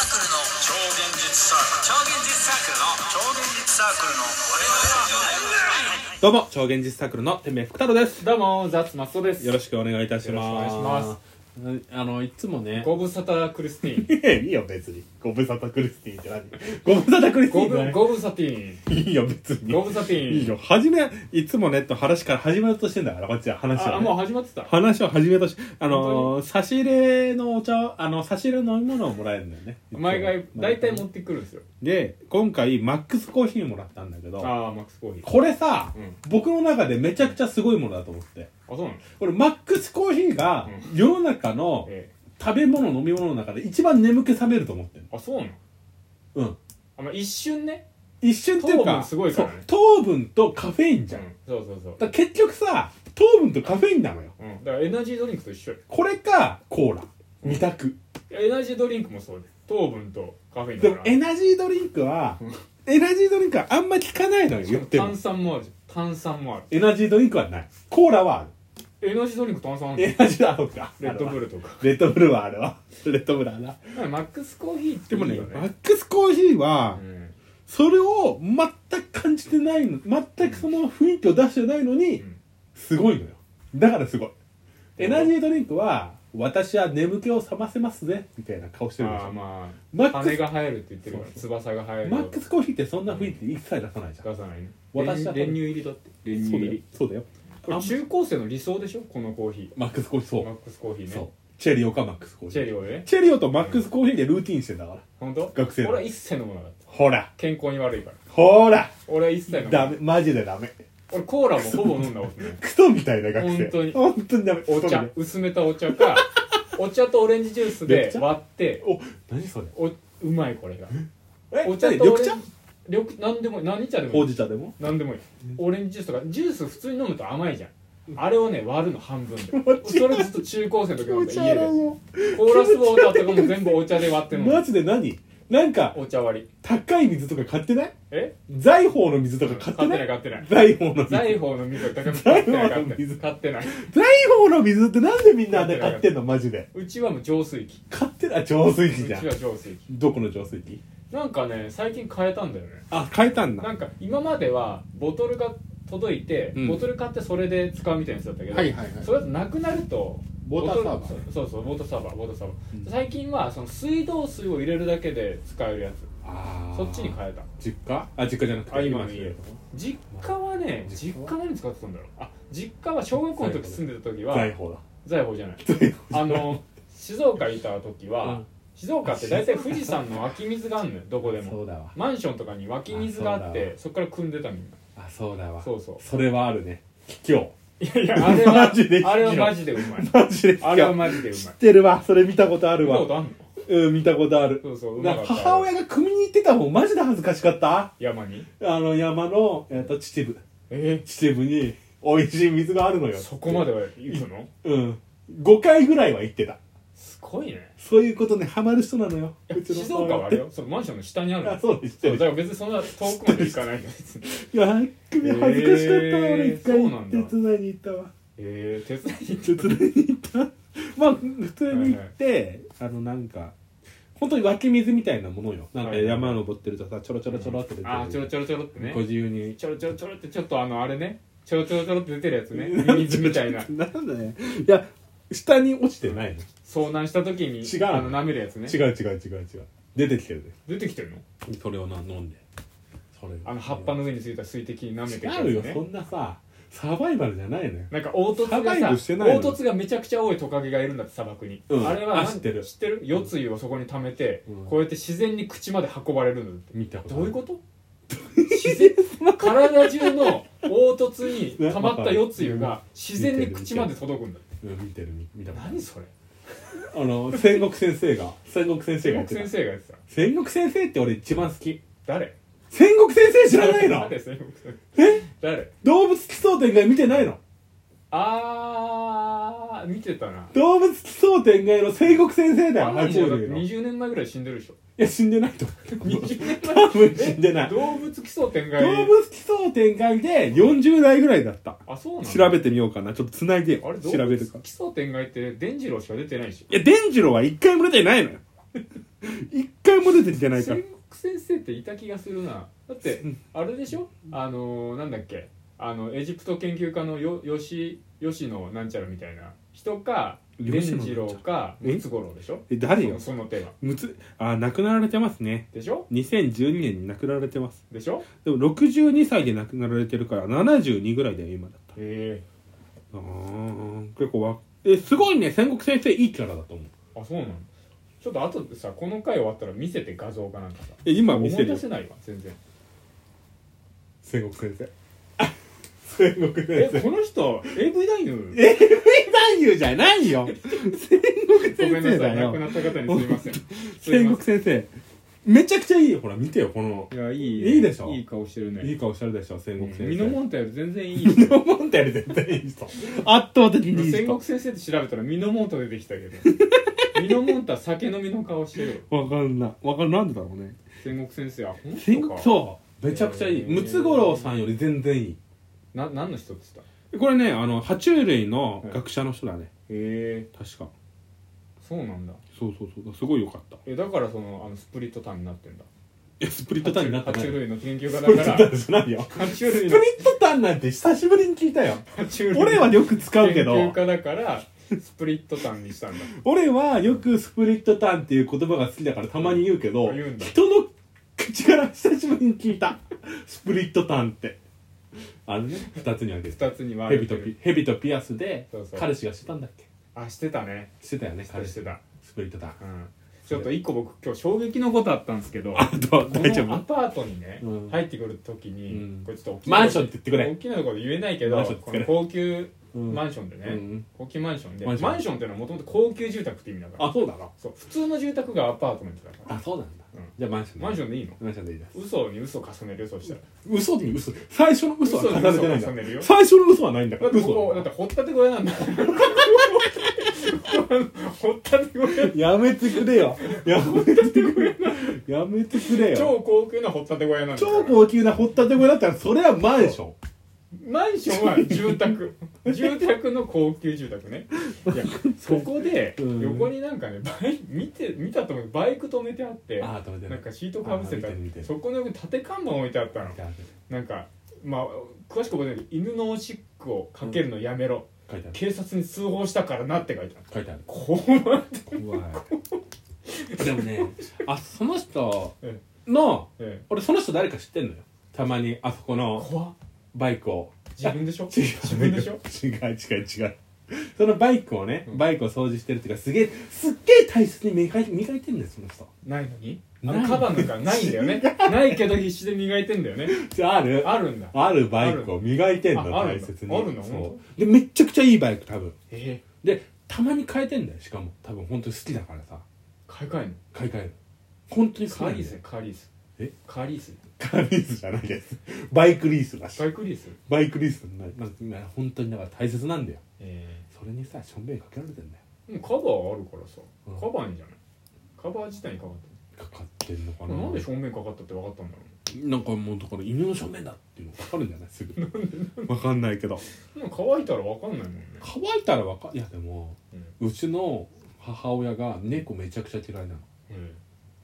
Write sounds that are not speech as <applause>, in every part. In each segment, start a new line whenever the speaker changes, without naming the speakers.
超現実サークル超現実サークルの超現実サークルの我々は
どうも超現実サークルの天命福太郎です
どうもザッツマストです
よろしくお願いいたします
よろしくお願いしま
あのいつもね
ご無沙汰クリスティーン
<laughs> いいよ別にご無沙汰クリスティーンって何ご無沙汰クリスティー
ご
ン
ぶ
って
ご無沙ィーン
何いいよ別に
ご無沙ィーン
いいよ始めいつもねと話から始まろうとしてんだからこっちは話を、ね、
あもう始まってた
話を始めようとしあ
本
のー差し入れのお茶をあの差し入れの飲み物をもらえるんだよね
毎回大体持ってくるんですよ
で今回マックスコーヒーもらったんだけど
ああマックスコーヒー
これさ、
うん
僕の中でめちゃくちゃすごいものだと思って
あそうなんです
これマックスコーヒーが世の中の
え
食べ物飲み物の中で一番眠気覚めると思ってる
えあそうなの
うん
あまあ一瞬ね
一瞬っていうか
糖分すごいからね
そう糖分とカフェインじ
う
ゃん、だ
んそうそうそう
から結局さ糖分とカフェインなのよ
うんだからエナジードリンクと一緒よ
これかコーラ二択
エナジードリンクもそうです糖分とカフェイン
で
だ
も
か
エナジードリンクはエナジードリンクはあんま効かないのよ言って
ら
も
炭酸もあるじゃん炭酸もあ
エナジードリンクはないコーラはある
るエナジードリンク炭酸あるの
エナジーだろうか
レッドブ
ル
ルとか
レッドブルはあるわレッドブルはな
まあマックスコーヒーって
で
いい
も
よ
ね
ね
マックスコーヒーは、
うん
それを全く感じてないの全くその雰囲気を出してないのに、
うん
すごいのよだからすごいエナジードリンクは私は眠気を覚ませますねみたいな顔してるでし
ああ
ょ
ま
マ
あ
ック
羽
ス
が生えるって言ってるから翼が生える
マックスコーヒーってそんな雰囲気一切出さないじゃん、
出さないね
私だと
練乳入りだって練乳
そう
入
だよ
り
そうだよ
これ中高生の理想でしょこのコーヒ
マックスコーヒーそ
ー
う、
マックスコーヒーね
そうチェリオかマックスコーヒー
チェリオね
チェリオとマックスコーヒーでルーティンしてんだから
本当
学生の
俺は一切飲まなかった
ほら
健康に悪いから
ほら
俺は一切飲まな
ダ
かっ
メマジでダメ
た俺コーラもほぼ飲んだことない
クソみたいな学生
本当に
本当にダメクソみ
お
たい
茶
な
薄めたお茶
<laughs>
かお茶とオレンジジュースで
緑茶
割って
お何それ
おうまいこれが
え
お茶と
何
オレン
緑
ジ
茶
緑何でもいい何茶でも
ほ
いうい
じ茶でも
何でもいいオレンジジュースとかジュース普通に飲むと甘いじゃんあれをね割るの半分
持
で
ち
それずっと中高生の時
気
飲ん
持
だ
ち
家
悪
で
いよ
コーラスウォーターとかも全部お茶で割って飲
マ
む
ジで何なんか
お茶割り
高い水とか買ってない
え
財宝の水とか買
買
ってな
ってない
い
買っ
<laughs>
てない
財宝の水財宝
財宝の水高く買ってない買
財宝の
ってない
水
買ってない
の水ってなんでみんなあれ買ってんのマジで
うちはもう浄水器
買ってない浄水
う
器
ち
じゃ
は
ん
浄水器
どこの浄水器
なんかね最近変えたんだよね
あ変えたんだ
なんか今まではボトルが届いて、
うん
ボトル買ってそれで使うみたいなやつだったけど、
はいはいはい
それだとなくなると
ウォーターサーバー
ボトルそうそうウォーターサーバーウォーターサーバー、
うん
最近はその水道水を入れるだけで使えるやつ
あー
そっちに変えた
実家あ実家じゃなくて
あ今の家
住んでる
実家はね
実
実
家は
家何使ってたんだろうあ実家は小学校の時住んでた時は
財宝だ
財宝じゃない
財 <laughs>
あの静岡にいた時は、
うん
静岡って大体富士山の湧き水があん
<laughs>
のよどこで
宝そ
も
うだわ
マンションとかに湧き水があっ
あそうだ
てそこから汲んでたみんな
あそうだわ
そうそう
それはあるね卑怯
いやいやあれは
マジで
あれはマジでうまい
マジで卑
あれは
怯
マジでうまい
知ってるわそれ見たことあ
見
る
た
わ
ことあんの
うん見たことある
そうそううま
な
かった
母親が組みに行ってたもんマジで恥ずかしかった
山に
あの山の、えっと秩父
え
秩父に美味しい水があるのよ
ー、そこまでは行くの
うん5回ぐらいは行ってた
すごいね
そういうことねハマる人なのよ
いや静岡はあれよそのマンションの下にあるの
あ <laughs> そうです知
そ
って
うだ
る
から別にそんな遠くまで行かないの
<laughs>
別に
いや首恥ずかしかったわ、
へー
俺一
そうなんだ
回手伝いに行ったわ
えー、手伝いに
手伝いに行った <laughs> まあ普通に行って、あのなんか本当に湧き水みたいなものよなんか
はいはい
山登ってるとさちょろちょろちょろって出てる、
あーちょろちょろちょろってね
ご自由に
ちょろちょろちょろってちょっとあのあれねちょろちょろちょろって出てるや
<laughs>
つね水みたいな
なんだねいや下に落ちてないの
遭難した時に
違う
あの舐めるやつね
違う違う違う違う出てきてるね
出てきてるの
それをな飲んでそれ
あの葉っぱの上についた水滴舐めてくやつ
違うよそんなさサバイバルじゃないのよ
なんか凹凸が
サバイブして
さ
ないの
凹凸がめちゃくちゃ多いトカゲがいるんだって砂漠に、
うん
あれは
あ
なん
知ってる
知ってる夜露をそこに溜めて、
うん
こうやって自然に口まで運ばれるんだって
見たこと
どういうこと自然体中の凹凸に溜まった夜露が自然に口まで届くんだって
と、うん、見てる見見たこと
何それ
あの戦国先生が戦国先生がや
戦
って
国
た
先生がやってた
戦国先生って俺一番好き
誰
戦国先生知らないの
誰戦国先
え
生誰
動物奇想天外見てないの
あー見てたな
動物奇想天外の戦国先生だよ
あんな
爬
ん
虫
もうだって
類のい
20年前ぐらい死んでるでしょ
や死んでないと思うけど
20年前
多分死んでない
動物奇想天外
動物奇想天外で40代ぐらいだった
あそうなの
調べてみようかなちょっと繋いで
あ
調
れ動
べ
物
るか
奇想天外って伝次郎しか出てないし
<laughs> いや伝次郎は一回も出てないのよ一回も出てきてないから
戦国先生っていた気がするなだってあれでしょあのーなんだっけあのエジプト研究家のよ吉吉野なんちゃらみたいな人か伝
吉野
次郎か
え
ムツゴロウでしょ
え誰
そ
よ
のその手は
むつあ亡くなられてますね
でしょ
2012年に亡くなられてます
でしょ
でも62歳で亡くなられてるから72ぐらいだよ今だったら
へ
あー結構わえすごいね戦国先生いいキャラだと思う
えあそうなのちょっと後でさこの回終わったら見せて画像かなんかさ
え今
思
見せ
い
る
出
よ
せないわ
<laughs>
全然
戦国 <laughs> 先生戦国
え
先生
この人 AV 男優
え男優じゃないよ
ごめんなさ
だ
い
よ
亡くなった方にすいませんすい
<laughs> 戦
ま
国
せ
先生めちゃくちゃいいよほら見てよこの
んいやいい
いいでしょ
いい顔してるね
いい顔してるでしょ戦国先生
ミノモンタより全然いい
ミノモンタより絶対いい人圧倒的にいい
戦
人
国先生って調べたらミノモンタ出てきたけ
<laughs>
どミノモンタ酒飲みの顔してる
わかんないわかんなんでだろうね
戦国先生あ本
戦
当
国
か
そうめちゃくちゃいい
へー
ムツゴロウさんより全然いい
な何の人っつったへ
これねあの爬虫類の学者の人だね、
え
確か
そうなんだ
そうそうそうすごい良かった
えだからそのあのスプリットターンになってんだ
いやスプリットターンになって
爬
ない
虫類の研究家
スプリ
だ
ッ
か
ト
ら
ターンじゃないよ
爬虫
スプリ
類
ッ
の
トターンなんて久しぶりに聞いたよ
爬虫類の
俺はよく使うけ
研究
ど
家だからスプリットターンにしたんだ
俺はよくスプリットターンっていう言葉が好きだからたまに言うけど
言うんだ
人の口から久しぶりに聞い
<laughs>
たスプリットターンってあのね2つに分けて
二つに分
ヘ
け
ビと
て
ピ
る
ヘビとピアスで
そうそう
彼氏がしてたんだっけ
あしてたね
してたよね
して
彼
た
氏
してた
スプリットターン
うんちょっと一個僕今日衝撃のことあったんですけど
あと
こ
<laughs> 大丈
のア
夫
パートにね、
うん
入ってくるときに、
うん
これちょっと大きな
マンションって言ってくれ
大きなところで言えないけど
マンションって
こ
言っ
の
てくれ
高級
うん
マンションでね、
うん
高級マンションで
マ
マ
ンショ
ン
ン
ションっていうのはもともと高級住宅って意味だから
あそうだな
そう普通の住宅がアパートメントだから
あそうなんだ
うん
じゃあマンション
マンシ
ョ
ョンでいいの
ンマンションでいいです
嘘に嘘を重ねるよそうしたら
嘘に嘘最初の嘘は重ねてないん
嘘に嘘を重ねる
だ
よ
最初の嘘はないんだか
だ
ら
ってこ
嘘
こだって掘ったて小屋なんだ <laughs> 掘ったて小屋
やめてくれよやめてくれやめてくれよ
超高級な掘ったて小屋なんだから
超高級な掘ったて小屋だったらそれはマンション
マンションは住宅住宅の高級住宅ね
<laughs>
いやそこで
うん
横になんかねバイ見て見たと思うバイク止めてあって
ああ止めて
な
ない
んかシートかぶせてあ
あー見てる見て
っ
る
てそこの横に縦看板置いてあったのなんかまあ詳しく覚えてないけど犬のおしっこをかけるのやめろ、
書いてある
警察に通報したからなって書いてある
書いてある
怖い
怖いでもねあその人
え
の
え
俺その人誰か知ってんのよたまにあそこ
え
の
怖っ
バイクを
自分でしょ
違う
自分でしょ
違う違う違うそのバイクをね、
うん
バイクを掃除してるっていうかすげえすっげえ大切に磨い磨いてんだよその人
ないのにあ
ない
のカバンなんかないんだよねないけど必死で磨いてんだよね
ある
あるんだ
あるバイクを磨いてんだ
あある
大
んだ
切に
あるの
そうでめっちゃくちゃいいバイク多分
ええ
でたまに変えてんだよしかも多分本当に好きだからさ
買い替えんの
買い替える本当に好き
カ
な
ー
ん
リー
だ
ス
よ
カーリース
え
カーリース
カーリースじゃないですバイクリースだし
バイクリース
バイクリースにななんか本当にだから大切なんだよ
え
それにさしょんべんかけられてんだよ
えもうカバーあるからさ
う
カ
ん
バーいいんじゃないカバー自体にかかって
かかってんのか
る
な
なんで正面かかったって分かったんだろ
なんかもうだから犬の正面だっていうの分かるんじゃないすぐ分かんないけど
うでも乾いたら分かんないもんね
乾いたら分かいやでも、うちの母親が猫めちゃくちゃ嫌いなの
え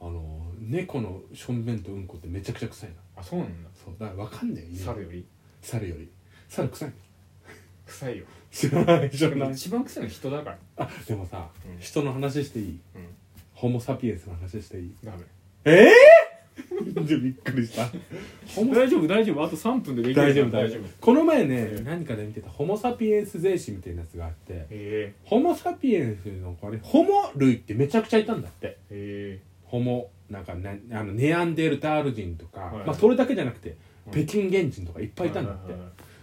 あの猫のしょんべんとうんこってめちゃくちゃ臭いな
えあそうなんだ
そうだから分かんないよ犬
猿より
猿より猿臭いの
臭いよ
知らない知
で
らな
も
い
一番臭いの人だから
あでもさ、
うん
人の話していい
うん
ホモ・サピエンスの話していい
ダメ
ええ <laughs> ー、びっくりしたホモ
<laughs> 大丈夫大丈夫あと3分でできる
大丈夫大丈夫この前ね
ええ
何かで見てたホモ・サピエンス全史みたいなやつがあって
え
ホモ・サピエンスのあれホモ類ってめちゃくちゃいたんだって
ええ
ホモなんかねあのネアンデルタール人とか、
はい
まあ、それだけじゃなくて、
うん
北京原人とかいっ
え
ぱいいたんだっ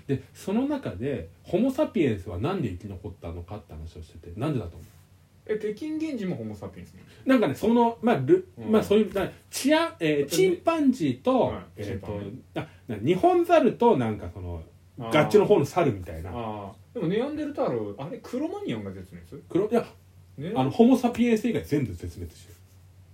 て、でその中でホモ・サピエンスはなんで生き残ったのかって話をしててなんでだと思
え北京原人もホモ・サピエンスね
うなんかねそのまあル、
うん
まあそういうなチア、えーチンパンジーと,、
はい
え
チ
ー
ンパン
とあな日本猿となんかその
あー
ガッチの方の猿みたいな
ああでもネアンデルタールあれクロマニオンが絶滅
黒いや
ね
あのホモ・サピエンス以外全部絶滅してる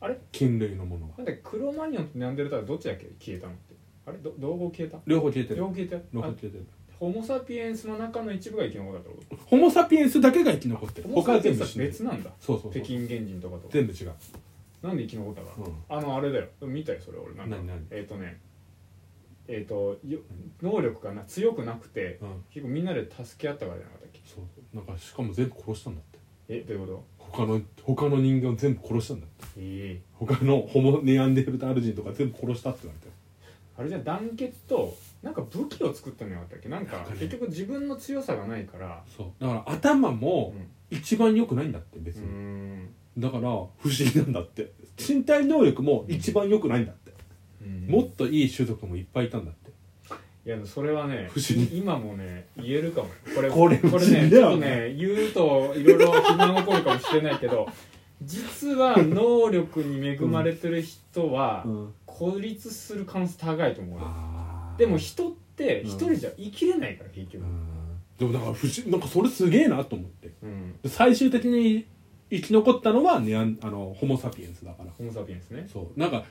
あれ
菌類のものは
なんだっけクロマニオンとネアンデルタールどっちだっけ消えたのってあれど両方消えた
両方消えてる
両方消えたよ
両方
あ
消えてる
ホモ・サピエンスの中の一部が生き残ったってこ
ホモ・サピエンスだけが生き残って
と
る
ホモ・
他
サ
は
ピエ
全
ンス
部
は
死んでる
別なんだ
そうそうそ
北
う
京原人とかと
全部違う
なんで生き残ったか、
うん
あのあれだよ見たよそれ俺なんか
何何
えっ、とねえっ、とよ能力がな強くなくて
うん
結構みんなで助け合ったからじゃなかったっけ
そうなんかしかも全部殺したんだって
えどういうこ
他の他の人間を全部殺したんだって
とええ
他のホモネアンデルタール人とか全部殺したって言われて
あれじゃ団結となんか武器を作ったんじゃなかったっけなんか
なんかね
結局自分の強さがないから
そうだから頭も一番良くないんだって別
う
に、
ん
だから不思議なんだって身体能力も一番良くないんだって、
うん
もっといい種族もいっぱいいたんだって
いやそれはね
不思議
今もね言えるかもよこれ
これ不思議だよね
ねちょっとね言うといろいろ不満起こるかもしれないけど実は能力に恵まれてる人は
うん
孤立する可能性高いと思うよ
あー
でも人って
うん
一人じゃ生きれないから結
う
局
んでもだから不思なんかそれすげえなと思って
うん
で最終的に生き残ったのはネアンあのホモ・サピエンスだから
ホモ・サピエンスね
そうなんか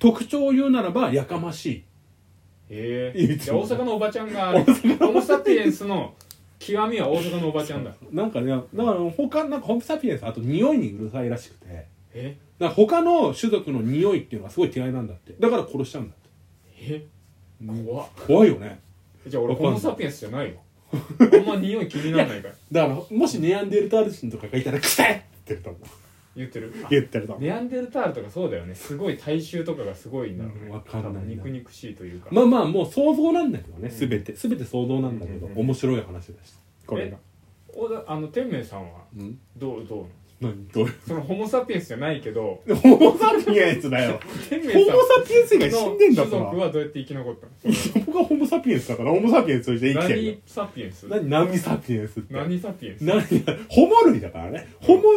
特徴を言うならばやかましい
へ
い
え
いつ
じゃあ
も
大阪のおばちゃんがホモ・サピエンスの極みは大阪のおばちゃんだ
なんかねだから他なんかホモ・サピエンスあと匂いにうるさいらしくてだか
え
ら他の種族の匂いっていうのがすごい嫌いなんだってだから殺しちゃうんだって
え怖っ
怖いよね
じゃあ俺
わかんな
ホ
い
モ・サピエンスじゃな
<laughs>
いよあんま匂い気にならないから
だからもしネアンデルタール人とかがいたら「くせえ!」って言ってると思う
言ってる
言ってると思う
ネアンデルタールとかそうだよねすごい体臭とかがすごいんだろう
う
ね
んわかんないな
多分肉々しいというか、
まあまあもう想像なんだけどね、
うん
全て全て想像なんだけど、
うん
面白い話でしたこれが
おだあの天明さんは
うん
どうどう
何どういう
そのホモ・サピエンスじゃないけど
ホモ・サピエンスだよ
天明
<laughs> ホモ・
さん
サピエンスが死んでんだ
の
か
種族はどうやって生き残った
<laughs>
の
ら僕はホモ・サピエンスだからホモ・サピエンスとして生きてるよ
何サピエンス
何何サピエンスって
何サピエンス
何ホモ類だからねホモ